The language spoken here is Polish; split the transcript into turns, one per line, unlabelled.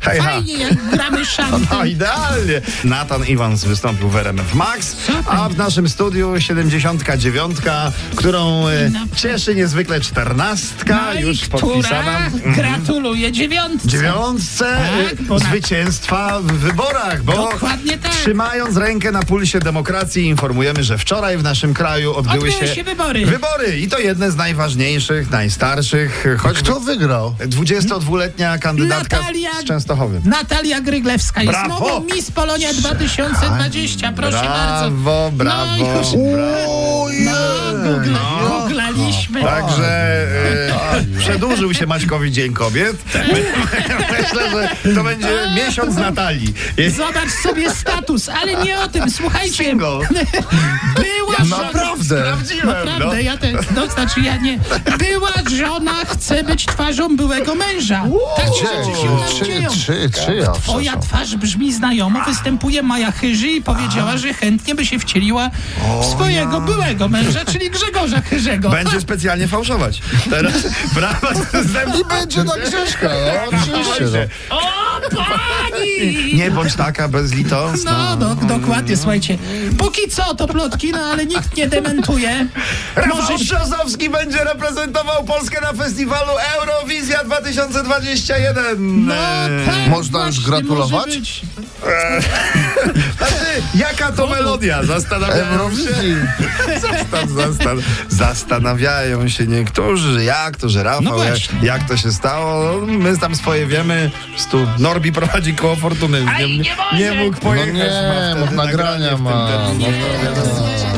Hej, ha.
Fajnie, jak gramy
No
szanty.
idealnie. Nathan Iwans wystąpił w RMF Max, a w naszym studiu 79, którą e,
No.
cieszy niezwykle 14,
No i
już podpisana.
która gratuluje dziewiątce.
Dziewiątce
Tak, bo
e,
na-
zwycięstwa w wyborach, bo
Dokładnie tak.
trzymając rękę na pulsie demokracji informujemy, że wczoraj w naszym kraju odbyły,
Odbyły się wybory.
Wybory i to jedne z najważniejszych, najstarszych, choć
Kto wygrał?
22-letnia kandydatka z-
Natalia-
z Częstochowy.
Natalia Gryglewska jest
Brawo!
nową Miss Polonia 2020. Proszę bardzo.
Brawo, brawo.
No już No.
Ojej!
Google,
no,
googlaliśmy.
Także e, przedłużył się Maćkowi Dzień Kobiet.
Tak.
Myślę, że to będzie miesiąc Natalii. Jest
Zobacz sobie status, ale nie o tym. Słuchajcie,
single.
była żona...
Naprawdę!
Sprawdziłem, no.
Naprawdę, ja te, no znaczy ja nie. Była żona chce być twarzą byłego męża. Tak się rzeczy się u nas
Czy,
dzieją.
czy, czy ja?
Twoja twarz brzmi znajomo, występuje Maja Chyży i powiedziała, że chętnie by się wcieliła w swojego byłego męża, czyli Grzegorza Chyżego.
Będzie specjalnie fałszować. Teraz brawa
I będzie na Grześka, no, oczywiście. No.
O, pani!
Nie bądź taka bezlitosna.
No, no, dokładnie, słuchajcie. Póki co to plotki, no ale nikt nie dementuje.
Rafał
Może
Brzozowski będzie reprezentował Polskę na festiwalu Eurowizja 2021.
No tak,
E, Można już
właśnie,
gratulować?
może być.
Znaczy, jaka to melodia? Zastanawiają się.
Eurowizji.
Zastan- zastan- zastanawiają się niektórzy, jak to, że Rafał,
No właśnie.
jak, jak to się stało. No, My tam swoje wiemy. Stu Norbi prowadzi koło fortuny.
Aj, nie
nie mógł
No
pojechać.
nie,
ma wtedy
bo nagrania
nagranie w tym
ma.
terminie.
No, to-